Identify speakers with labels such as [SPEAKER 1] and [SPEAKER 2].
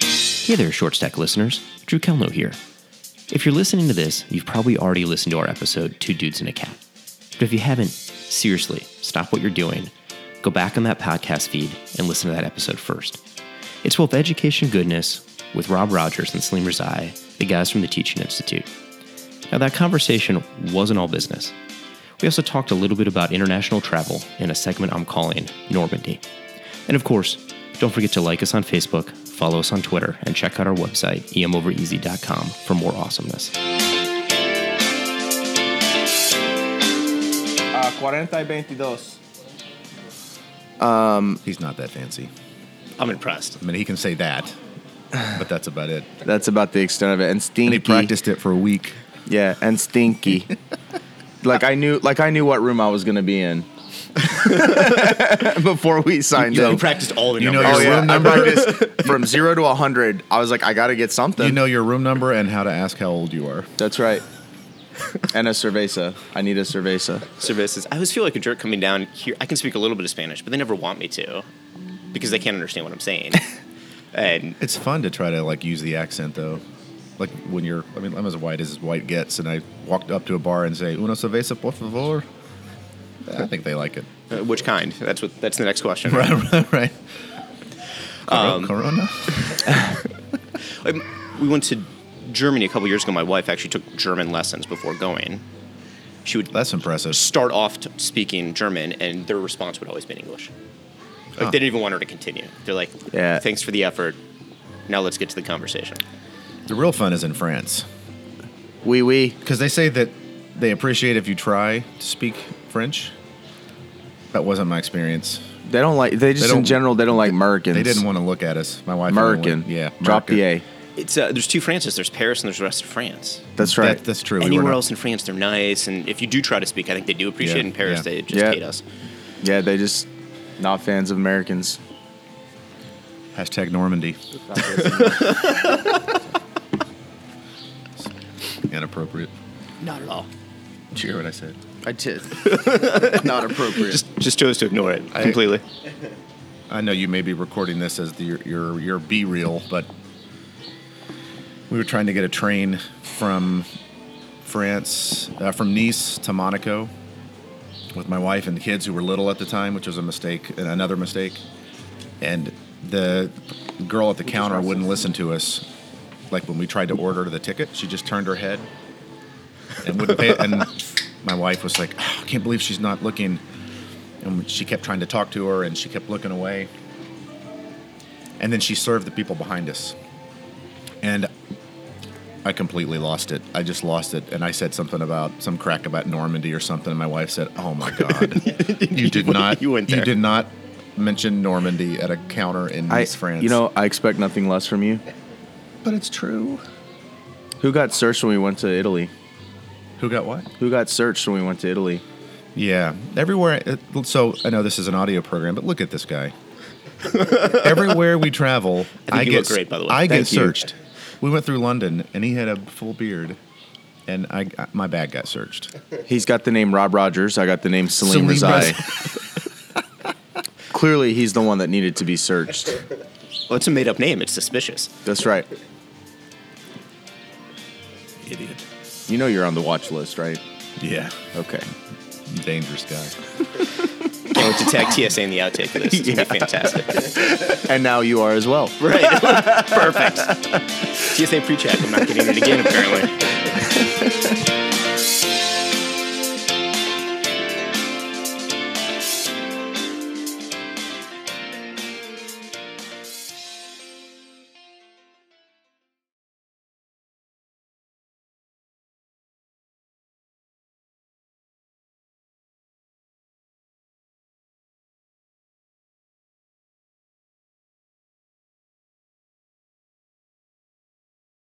[SPEAKER 1] Hey there, Short Stack listeners. Drew Kelno here. If you're listening to this, you've probably already listened to our episode, Two Dudes and a Cat. But if you haven't, seriously, stop what you're doing. Go back on that podcast feed and listen to that episode first. It's both education goodness with Rob Rogers and Slim Eye, the guys from the Teaching Institute. Now, that conversation wasn't all business. We also talked a little bit about international travel in a segment I'm calling Normandy. And of course, don't forget to like us on Facebook, follow us on Twitter, and check out our website, E emovereasy.com, for more awesomeness.
[SPEAKER 2] Ah, 40 y 22.
[SPEAKER 3] He's not that fancy.
[SPEAKER 1] I'm impressed.
[SPEAKER 3] I mean, he can say that, but that's about it. And
[SPEAKER 2] That's about the extent of it. And stinky.
[SPEAKER 3] he practiced it for a week.
[SPEAKER 2] Yeah, and stinky. like I knew, like I knew what room I was gonna be in before we signed
[SPEAKER 3] You know-
[SPEAKER 2] up.
[SPEAKER 4] practiced all the
[SPEAKER 3] You know
[SPEAKER 4] numbers.
[SPEAKER 2] Oh
[SPEAKER 3] your
[SPEAKER 2] yeah,
[SPEAKER 3] room
[SPEAKER 2] I
[SPEAKER 3] number.
[SPEAKER 2] practiced from zero to hundred. I was like, I gotta get something.
[SPEAKER 3] You know your room number and how to ask how old you are.
[SPEAKER 2] That's right. And a cerveza. I need a cerveza.
[SPEAKER 4] services. I always feel like a jerk coming down here. I can speak a little bit of Spanish, but they never want me to because they can't understand what I'm saying. and
[SPEAKER 3] It's fun to try to like use the accent though. Like when you're, I mean, I'm as white as white gets, and I walked up to a bar and say, "Una cerveza, por favor." I think they like it.
[SPEAKER 4] uh, which kind? That's what. That's the next question.
[SPEAKER 3] Right, right, right. Coro- Corona.
[SPEAKER 4] Um, we went to Germany a couple years ago. My wife actually took German lessons before going. She would
[SPEAKER 3] That's impressive.
[SPEAKER 4] start off t- speaking German, and their response would always be in English. Like
[SPEAKER 3] Huh.
[SPEAKER 4] they didn't even want her to continue. They're like,
[SPEAKER 2] Yeah.
[SPEAKER 4] "Thanks for the effort. Now let's get to the conversation."
[SPEAKER 3] The real fun is in France
[SPEAKER 2] Wee wee.
[SPEAKER 3] because they say that they appreciate if you try to speak French. That wasn't my experience.
[SPEAKER 2] They don't like. They just in
[SPEAKER 3] don't-
[SPEAKER 2] general they don't like Merkins.
[SPEAKER 3] They didn't want to look at us. My wife. only
[SPEAKER 2] Merkin.
[SPEAKER 3] went- Yeah.
[SPEAKER 2] Drop the A.
[SPEAKER 4] It's uh, there's two Frances. There's Paris and there's the rest of France.
[SPEAKER 2] That's right.
[SPEAKER 3] That, that's true. We were
[SPEAKER 4] Anywhere
[SPEAKER 3] not-
[SPEAKER 4] else in France, they're nice, and if you do try to speak, I think they do appreciate
[SPEAKER 3] Yeah,
[SPEAKER 4] it. In Paris,
[SPEAKER 3] yeah.
[SPEAKER 4] they just
[SPEAKER 2] Yeah.
[SPEAKER 4] hate us.
[SPEAKER 2] yeah, they just not fans of Americans.
[SPEAKER 3] Hashtag Normandy. Inappropriate.
[SPEAKER 4] Not at all.
[SPEAKER 3] Did you hear what I said?
[SPEAKER 2] I did. not appropriate.
[SPEAKER 4] Just just chose to ignore it completely.
[SPEAKER 3] I know you may be recording this as the, your your, your B reel, but we were trying to get a train from France, uh, from Nice to Monaco, with my wife and the kids who were little at the time, which was a mistake, and another mistake. And the girl at the counter wouldn't listen to us. Like when we tried to order the ticket, she just turned her head and wouldn't pay. And my wife was like, "Oh, "I can't believe she's not looking." and she kept trying to talk to her and she kept looking away and then she served the people behind us and i completely lost it i just lost it and i said something about some crack about normandy or something and my wife said oh my god you did not
[SPEAKER 4] you went there."
[SPEAKER 3] did not mention normandy at a counter in
[SPEAKER 2] I,
[SPEAKER 3] nice france
[SPEAKER 2] You know, I expect nothing less from you.
[SPEAKER 3] but it's true
[SPEAKER 2] Who got searched when we went to Italy?
[SPEAKER 3] who got what
[SPEAKER 2] Who got searched when we went to Italy?
[SPEAKER 3] Yeah, everywhere. it- So I know this is an audio program, but look at this guy. everywhere we travel, I,
[SPEAKER 4] you
[SPEAKER 3] get
[SPEAKER 4] look great, by the way.
[SPEAKER 3] I
[SPEAKER 2] Thank
[SPEAKER 3] get
[SPEAKER 2] you.
[SPEAKER 3] searched. We went through London, and he had a full beard, and I my bag got searched.
[SPEAKER 2] He's got the name Rob Rogers. I got the name Salim
[SPEAKER 3] Salim
[SPEAKER 2] Razai. Clearly, he's the one that needed to be searched.
[SPEAKER 4] Well, it's a made up name. It's suspicious.
[SPEAKER 2] That's right.
[SPEAKER 3] Idiot.
[SPEAKER 2] You know you're on the watch list, right?
[SPEAKER 3] Yeah,
[SPEAKER 2] Okay.
[SPEAKER 3] dangerous guy.
[SPEAKER 4] Oh, to tag TSA in the outtake for this. It's gonna be fantastic.
[SPEAKER 2] And now you are as well.
[SPEAKER 4] right. Perfect. TSA pre check. I'm not getting it again, apparently.